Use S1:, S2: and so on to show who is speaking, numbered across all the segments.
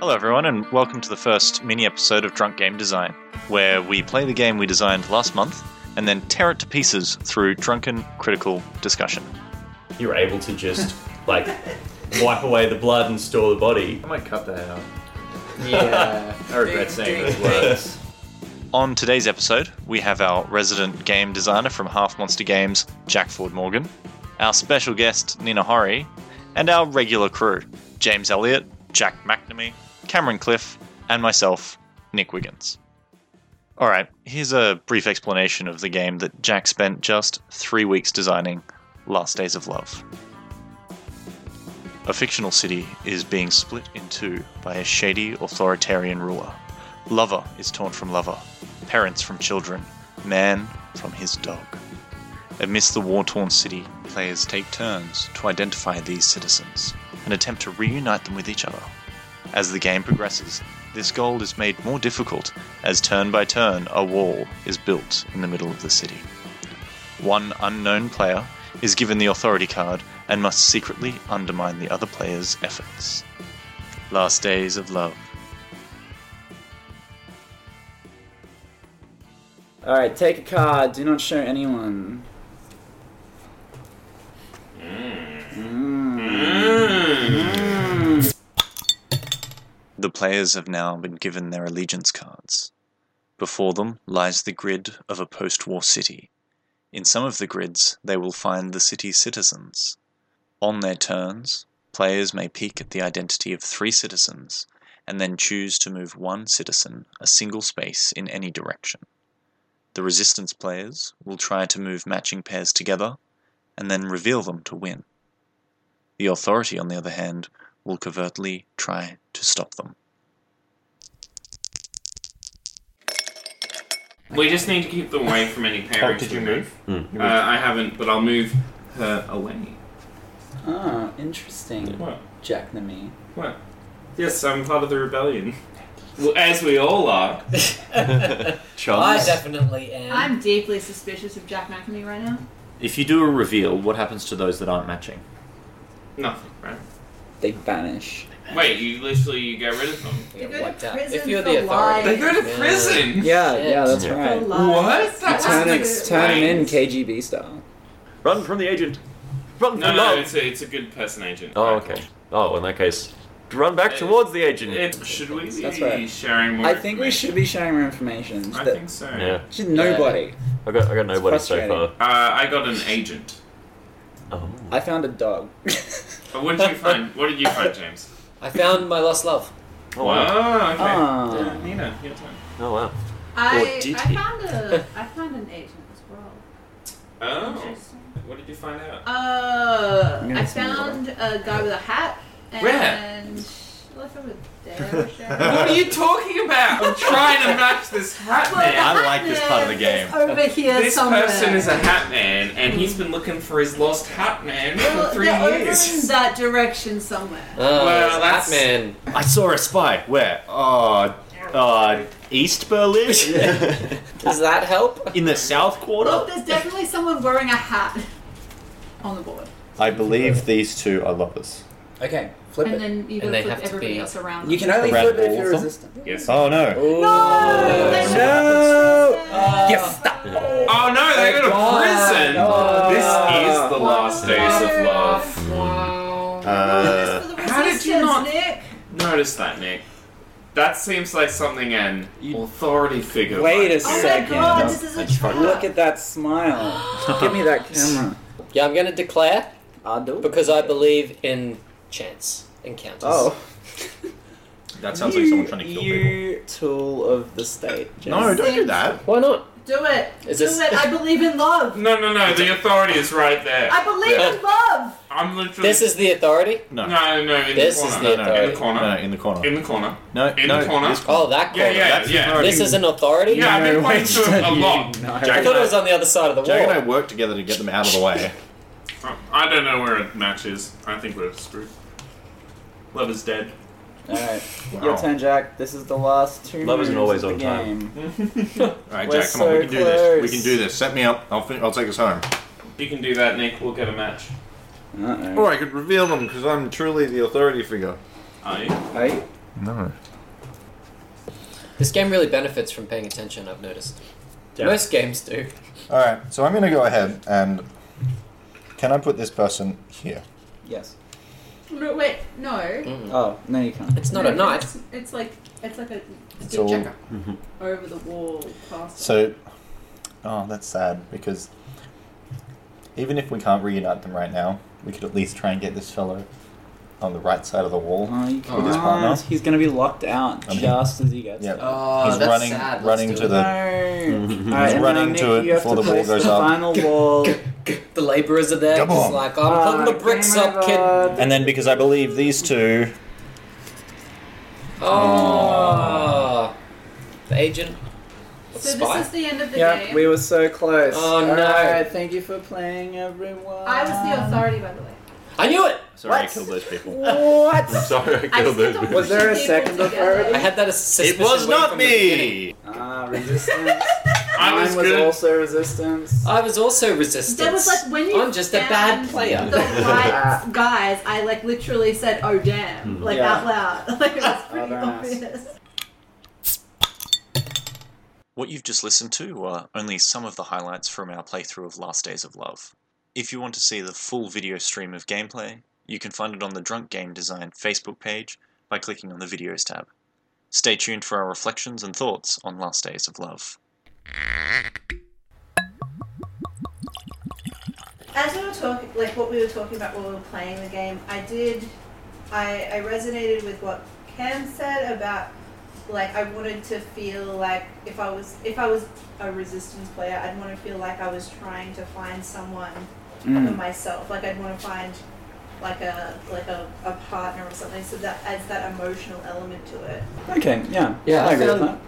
S1: Hello, everyone, and welcome to the first mini episode of Drunk Game Design, where we play the game we designed last month and then tear it to pieces through drunken critical discussion.
S2: you're able to just like wipe away the blood and store the body.
S3: I might cut that out.
S4: Yeah.
S3: I regret saying those words.
S1: On today's episode, we have our resident game designer from Half Monster Games, Jack Ford Morgan, our special guest, Nina Horry, and our regular crew, James Elliott, Jack McNamee, Cameron Cliff, and myself, Nick Wiggins. All right, here's a brief explanation of the game that Jack spent just three weeks designing Last Days of Love. A fictional city is being split in two by a shady authoritarian ruler. Lover is torn from lover, parents from children, man from his dog. Amidst the war torn city, players take turns to identify these citizens and attempt to reunite them with each other. As the game progresses, this goal is made more difficult as turn by turn a wall is built in the middle of the city. One unknown player is given the authority card and must secretly undermine the other player's efforts. Last Days of Love.
S4: All right, take a card. Do not show anyone.
S1: The players have now been given their allegiance cards. Before them lies the grid of a post war city. In some of the grids, they will find the city's citizens. On their turns, players may peek at the identity of three citizens and then choose to move one citizen a single space in any direction. The resistance players will try to move matching pairs together and then reveal them to win. The authority, on the other hand, will covertly try to stop them.
S5: We just need to keep them away from any parents.
S3: Oh, did Hmm. you
S5: we
S3: move?
S5: Uh, I haven't, but I'll move her away.
S4: Ah, interesting.
S5: What?
S4: Jack the me.
S5: What? Yes, I'm part of the rebellion. Well, as we all are.
S2: Charles,
S4: definitely am.
S6: I'm deeply suspicious of Jack McAmee right now.
S2: if you do a reveal, what happens to those that aren't matching?
S5: Nothing, right?
S4: They vanish.
S5: Wait, you literally you get rid of them.
S6: They go
S4: wiped
S6: to
S4: out.
S6: prison
S7: If you're
S6: for
S7: the authority.
S5: They
S6: life.
S5: go to
S7: Yeah.
S5: prison.
S4: Yeah, yeah, that's
S2: Yeah.
S4: right.
S5: What? That
S4: Turn,
S5: wasn't
S4: it, turn him in
S5: explained.
S4: KGB style.
S3: Run from the agent. Run
S5: No,
S3: from
S5: no,
S3: love.
S5: it's a, it's a good person agent.
S3: Oh, okay. Oh, in that case, run back towards the agent.
S5: It, should we be
S4: That's right.
S5: sharing more?
S4: I think we
S5: information?
S4: should be sharing more information.
S5: I
S4: That-
S5: think so.
S3: yeah,
S4: should nobody.
S3: I got I got nobody so far.
S4: frustrating.
S5: Uh, I got an agent.
S3: Oh.
S4: I found a dog.
S5: But what did you find? What did you find, James?
S7: I found my lost love.
S3: Oh, wow.
S5: Oh, okay.
S4: Ah.
S5: Yeah, Nina, your turn.
S3: Oh wow.
S6: I,
S3: Or did
S6: I
S3: he?
S6: found a I found an agent as well.
S5: Oh,
S6: Interesting.
S5: what did you find out?
S6: Uh,
S4: I'm gonna
S6: I
S4: sneeze a
S6: found a guy with a hat and
S5: Where?
S6: well, if it was there, or sharing-
S5: What are you talking about? I'm trying to match this hat
S6: Well, the
S5: man.
S2: I like
S6: hat
S2: this part of
S6: man
S2: the game.
S6: is Over here
S5: This
S6: somewhere.
S5: person is a hat man, and he's been looking for his lost hat man
S6: Well,
S5: for 3
S6: they're over in
S5: years.
S6: that direction somewhere.
S7: Uh,
S5: Well, that's-
S7: Batman.
S2: I saw a spy. Where? Oh, uh, East Berlin?
S7: Does that help?
S2: In the South
S6: Look,
S2: Quarter?
S6: there's definitely someone wearing a hat on the board,
S2: I believe these two are lovers.
S4: Okay, flip
S6: and
S4: it.
S6: then you
S7: And they
S6: gotta flip
S7: have to
S6: everybody
S7: be-
S6: else around.
S4: You can only
S2: Around
S4: flip it if
S2: all
S4: you're
S2: of them?
S4: resistant.
S5: Yes.
S2: Oh no.
S4: No!
S6: No!
S4: Yes!
S5: Oh no, they go to
S4: God.
S5: prison!
S4: Oh.
S5: This is the last days of love.
S6: Uh,
S5: How did you not-
S6: Nick?
S5: Notice that, Nick. That seems like something an authority figure.
S4: Wait a
S5: might do.
S6: Oh my
S4: Second.
S6: god, this is
S2: I
S6: a
S2: just
S6: trap.
S2: fucking-
S4: Look at that smile. Give me that camera.
S7: Yeah, I'm gonna declare
S4: I'll do it.
S7: because I believe in chance encounters.
S4: Oh.
S2: That
S4: you tool of the state.
S2: No,
S4: Jess.
S2: don't do that.
S7: Why not?
S6: Do it.
S7: Is
S6: Do
S7: this-
S6: it. I believe in love.
S5: No, no, no, the authority is right there.
S6: I believe in love.
S5: I'm literally.
S7: This is the authority.
S5: No, no, no, in
S7: This
S5: the
S7: is
S5: corner.
S7: the authority.
S5: in the corner.
S2: in the corner.
S5: In the corner.
S2: No,
S5: In the corner.
S7: Oh, that
S5: Yeah,
S7: corner.
S5: yeah,
S2: That's the
S5: yeah.
S2: authority.
S7: This is an authority.
S5: Yeah, I've been
S4: No,
S5: playing through it a
S4: you-
S5: lot.
S4: no.
S5: Jack
S7: I thought it was on the other side of the wall.
S2: work together to get them out of the way.
S5: I don't know where it matches. I think we're screwed. Love is dead.
S4: Alright,
S2: Wow.
S4: your turn, Jack. This is the last two.
S3: Love isn't always
S4: moves of the
S3: on time.
S4: game.
S2: All right,
S4: We're
S2: Jack, come on, we
S4: so
S2: can do this. We
S4: close.
S2: can do this. Set me up. I'll fin- I'll take us home.
S5: You can do that, Nick. We'll get a match.
S4: Uh-oh.
S2: Or I could reveal them because I'm truly the authority figure.
S5: Are you?
S4: Are you?
S1: No.
S7: This game really benefits from paying attention, I've noticed. Most games do.
S8: All right, so I'm going to go ahead and can I put this person here?
S4: Yes.
S6: No, wait, no.
S4: Oh, no, you can't.
S7: It's Mm, not
S6: no,
S7: a knife.
S6: It's, it's like it's like a
S8: It's
S6: stick
S8: all-
S6: checker
S7: Mm-hmm.
S6: over the wall. Past
S8: So, oh, that's sad because even if we can't reunite them right now, we could at least try and get this fellow on the right side of the wall.
S4: Oh, you can't.
S8: his partner?
S4: He's gonna be locked out
S8: I'm-
S4: just as he gets.
S8: Yeah,
S4: there.
S7: Oh,
S8: he's
S7: that's
S8: running,
S7: sad. Let's
S8: running
S7: do
S8: to
S7: it.
S4: No.
S8: the.
S4: All right, and
S8: running
S4: now, Nick,
S8: to it
S4: you have
S8: before
S4: to
S8: the wall
S4: place
S8: goes
S4: the
S8: up.
S4: Final wall.
S7: The laborers are there,
S8: Come
S7: just
S8: on.
S7: like, oh, I'm putting the bricks up, kid.
S8: And then because I believe these two,
S7: Oh. The agent. The
S6: So
S7: spy.
S6: this is the end of the
S4: Yep,
S6: game.
S4: we were so close.
S7: Oh, no.
S4: Alright, thank you for playing, everyone.
S6: I was the authority, by the way.
S7: I knew it!
S2: Sorry, I killed those people.
S4: What?
S2: Sorry, I
S6: I
S2: killed
S6: just
S2: those
S6: kept on
S2: people.
S4: Was there a
S6: pushing
S4: second
S6: people together.
S4: authority?
S7: I had that as
S2: It
S7: suspicion
S2: was
S7: way
S2: not
S7: from the beginning.
S2: me.
S4: Ah, resistance.
S9: I was
S4: Mine was
S9: good.
S4: also resistance.
S7: I was also resistance.
S6: That was like when you.
S7: I'm just a bad
S6: found
S7: player.
S6: The right guys, I like literally said, "Oh
S7: Hmm.
S6: damn!" like
S4: Yeah.
S6: out loud. Like it was pretty
S4: very nice.
S6: obvious.
S1: What you've just listened to are only some of the highlights from our playthrough of Last Days of Love. If you want to see the full video stream of gameplay, you can find it on the Drunk Game Design Facebook page by clicking on the Videos tab. Stay tuned for our reflections and thoughts on Last Days of Love.
S6: As we were talking, like what we were talking about while we were playing the game, I did, I, I resonated with what Cam said about, like I wanted to feel like if I was if I was a resistance player, I'd want to feel like I was trying to find someone for
S4: Mm.
S6: myself. Like I'd want to find, like a like a, a partner or something. So that adds that emotional element to it.
S4: Okay, yeah.
S7: Yeah,
S4: I
S7: I
S4: agree with that.
S7: found-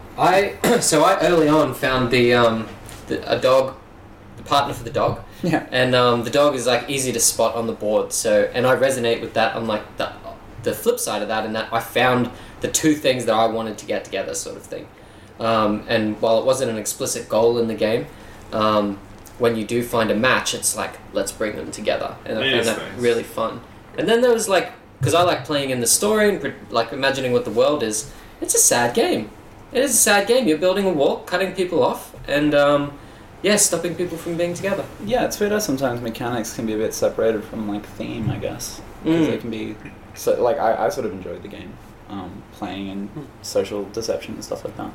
S7: I so I early on found the um the, a dog, the partner for the dog,
S4: Yeah.
S7: and um, the dog is like easy to spot on the board. So and I resonate with that. on like the the flip side of that, in that I found the two things that I wanted to get together, sort of thing. Um, and while it wasn't an explicit goal in the game, um, when you do find a match, it's like let's bring them together, and I
S9: It
S7: found
S9: is
S7: that
S9: nice.
S7: really fun. And then there was like because I like playing in the story and pre- like imagining what the world is. It's a sad game. It is a sad game. You're building a wall, cutting people off, and um, yeah, stopping people from being together.
S4: Yeah, it's weird how sometimes mechanics can be a bit separated from like theme, I guess. Because
S7: Mm.
S4: they can be so like I, I sort of enjoyed the game. Um, playing and social deception and stuff like that.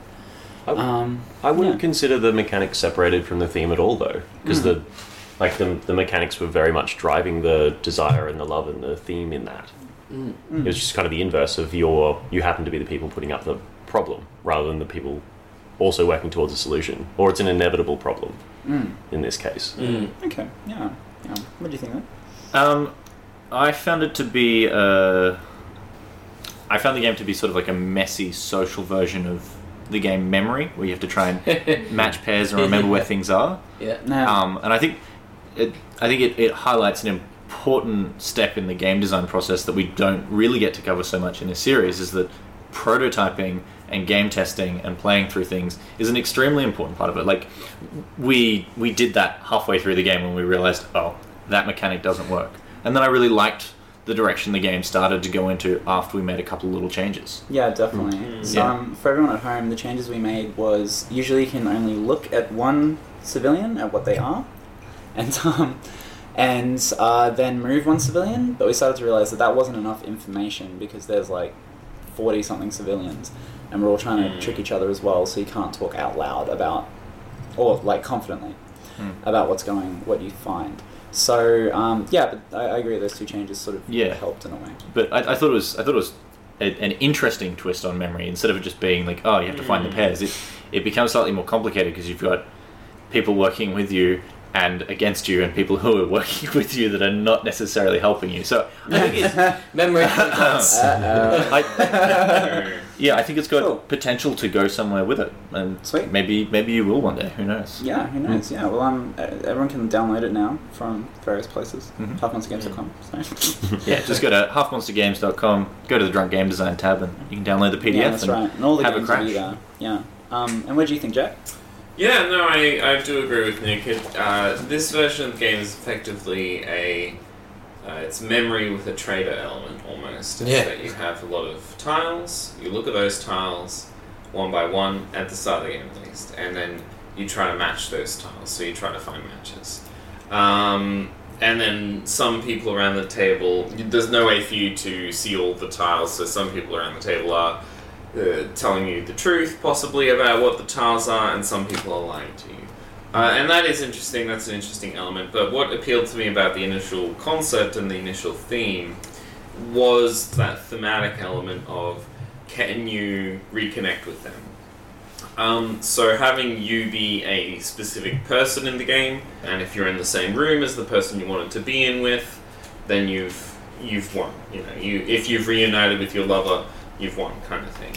S10: Oh.
S2: I-
S4: Um,
S2: I wouldn't
S4: Yeah.
S2: consider the mechanics separated from the theme at all, though, because the
S4: Mm-hmm.
S2: like the, the mechanics were very much driving the desire and the love and the theme in that.
S4: Mm-hmm.
S2: It was just kind of the inverse of your you happen to be the people putting up the problem rather than the people also working towards a solution, or it's an inevitable problem in this case.
S4: hmm, okay, yeah. yeah. What do you think of
S2: Um, I found it to be. Uh, I found the game to be sort of like a messy social version of the game Memory, where you have to try and match pairs and remember where things are.
S7: Yeah.
S4: that? No.
S2: Um, and I think it, I think it, it highlights an important step in the game design process that we don't really get to cover so much in this series is that prototyping and game testing and playing through things is an extremely important part of it. Like we we did that halfway through the game when we realized oh that mechanic doesn't work, and then I really liked the direction the game started to go into after we made a couple little changes.
S4: Yeah, definitely. So,
S2: Yeah.
S4: um, for everyone at home, the changes we made was usually you can only look at one civilian at what they are, and um, and uh, then move one civilian. But we started to realize that that wasn't enough information because there's like forty something civilians, and we're all trying to trick each other as well. So you can't talk out loud about or like confidently about what's going, what you find. So um, yeah, but I, I agree. Those two changes sort of
S2: Yeah.
S4: helped in a way.
S2: But I, I thought it was I thought it was a, an interesting twist on memory. Instead of it just being like, oh, you have to find the pairs, it it becomes slightly more complicated because you've got people working with you and against you, and people who are working with you that are not necessarily helping you. So I think it's,
S7: Memory conflicts.
S2: I, yeah, I think it's got
S4: Cool.
S2: potential to go somewhere with it, and
S4: Sweet.
S2: maybe maybe you will one day. Who knows?
S4: Yeah, who knows?
S2: Hmm.
S4: Yeah, well, um, e- everyone can download it now from various places.
S2: Mhm.
S4: Halfmonstergames.com. So.
S2: Yeah, just go to halfmonstergames.com, go to the drunk game design tab, and you can download the PDF.
S4: yeah, that's
S2: and
S4: right. And all the
S2: have a
S4: games will be
S2: crash.
S4: there. Yeah. Um, and what do you think, Jack?
S9: Yeah, no, I, I do agree with Nick. It, uh, this version of the game is effectively a uh,
S5: Uh, it's memory with a trader element almost. It's
S7: Yeah.
S5: That you have a lot of tiles, you look at those tiles one by one at the start of the game at least, and then you try to match those tiles, so you try to find matches. Um, and then some people around the table, there's no way for you to see all the tiles, so some people around the table are uh, telling you the truth, possibly about what the tiles are, and some people are lying to you. Uh, and that is interesting, that's an interesting element. But what appealed to me about the initial concept and the initial theme was that thematic element of can you reconnect with them? Um, so having you be a specific person in the game, and if you're in the same room as the person you wanted to be in with, then you've you've won. You know, you if you've reunited with your lover, you've won, kind of thing.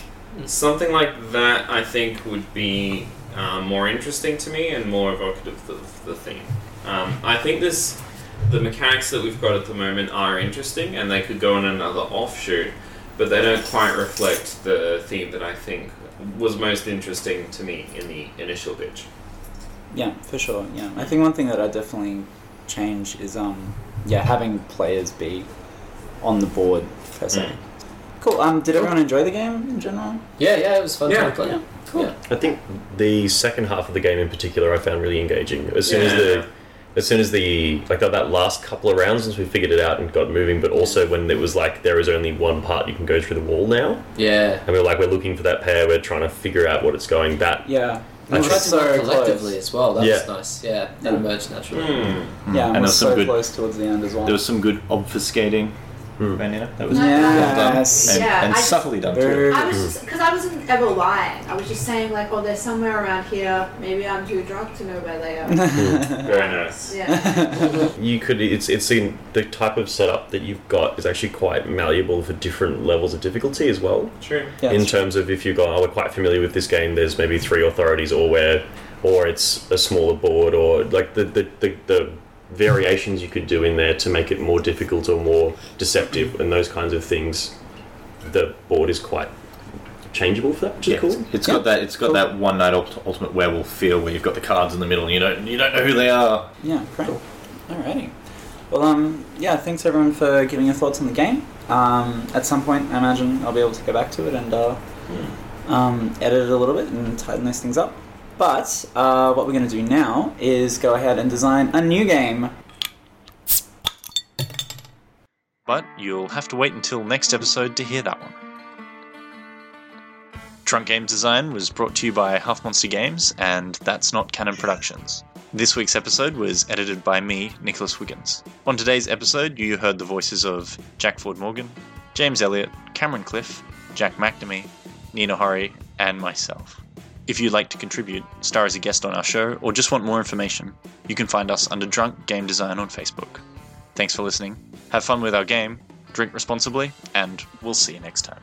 S5: Something like that, I think, would be um, more interesting to me and more evocative of the theme. Um, I think this the mechanics that we've got at the moment are interesting, and they could go on another offshoot but they don't quite reflect the theme that I think was most interesting to me in the initial pitch.
S4: Yeah, for sure. Yeah, I think one thing that I definitely change is um, yeah, having players be on the board per se.
S5: Mm.
S4: Cool. Um, did everyone enjoy the game in general?
S7: Yeah, yeah, it was fun.
S5: Yeah,
S7: to play.
S4: yeah, cool.
S7: Yeah.
S10: I think the second half of the game in particular I found really engaging. As soon as
S5: Yeah.
S10: the as soon as the like that, that last couple of rounds since we figured it out and got moving, but also when it was like there is only one part you can go through the wall now.
S7: yeah.
S10: And we we're like we're looking for that pair, we're trying to figure out what it's going that
S4: Yeah.
S10: I
S7: We
S4: It
S7: tried
S4: was
S7: to work
S4: so
S7: collectively
S2: Mm.
S4: close.
S7: as well. That
S10: Yeah.
S7: was nice. Yeah, Hmm. that
S4: Yeah.
S7: emerged naturally.
S4: Yeah, and
S2: there
S4: we're
S2: was some
S4: so
S2: good-
S4: close towards the end as well.
S2: There was some good obfuscating,
S10: Hmm.
S2: Vanina. That was
S4: Yes.
S2: and,
S6: Yeah,
S2: and
S6: I-
S2: subtly done too.
S4: Very-
S6: I was just because I wasn't ever lying. I was just saying like, oh, they're somewhere around here. Maybe I'm too drunk to know where they are.
S5: Very nice.
S6: yeah.
S10: you could it's it's in the type of setup that you've got is actually quite malleable for different levels of difficulty as well.
S5: True.
S4: Yeah,
S10: in terms of if you go, oh, we're quite familiar with this game. There's maybe three authorities, or where, or it's a smaller board, or like the the, the, the variations you could do in there to make it more difficult or more deceptive and those kinds of things. The board is quite changeable for that, which is
S2: Yeah,
S10: cool.
S2: it's- it's
S4: Yeah.
S2: got that. It's got
S4: Cool.
S2: that one night ult- ultimate werewolf feel where you've got the cards in the middle and you don't you don't know who they are.
S4: Yeah, great. Alrighty. Well, um, yeah, thanks everyone for giving your thoughts on the game. Um, at some point, I imagine I'll be able to go back to it and uh, um, edit it a little bit and tighten those things up. But uh, what we're going to do now is go ahead and design a new game.
S1: But you'll have to wait until next episode to hear that one. Drunk Games Design was brought to you by Half Monster Games and That's Not Canon Productions. This week's episode was edited by me, Nicholas Wiggins. On today's episode, you heard the voices of Jack Ford Morgan, James Elliott, Cameron Cliff, Jack McNamee, Nina Horry, and myself. If you'd like to contribute, star as a guest on our show, or just want more information, you can find us under Drunk Game Design on Facebook. Thanks for listening. Have fun with our game, drink responsibly, and we'll see you next time.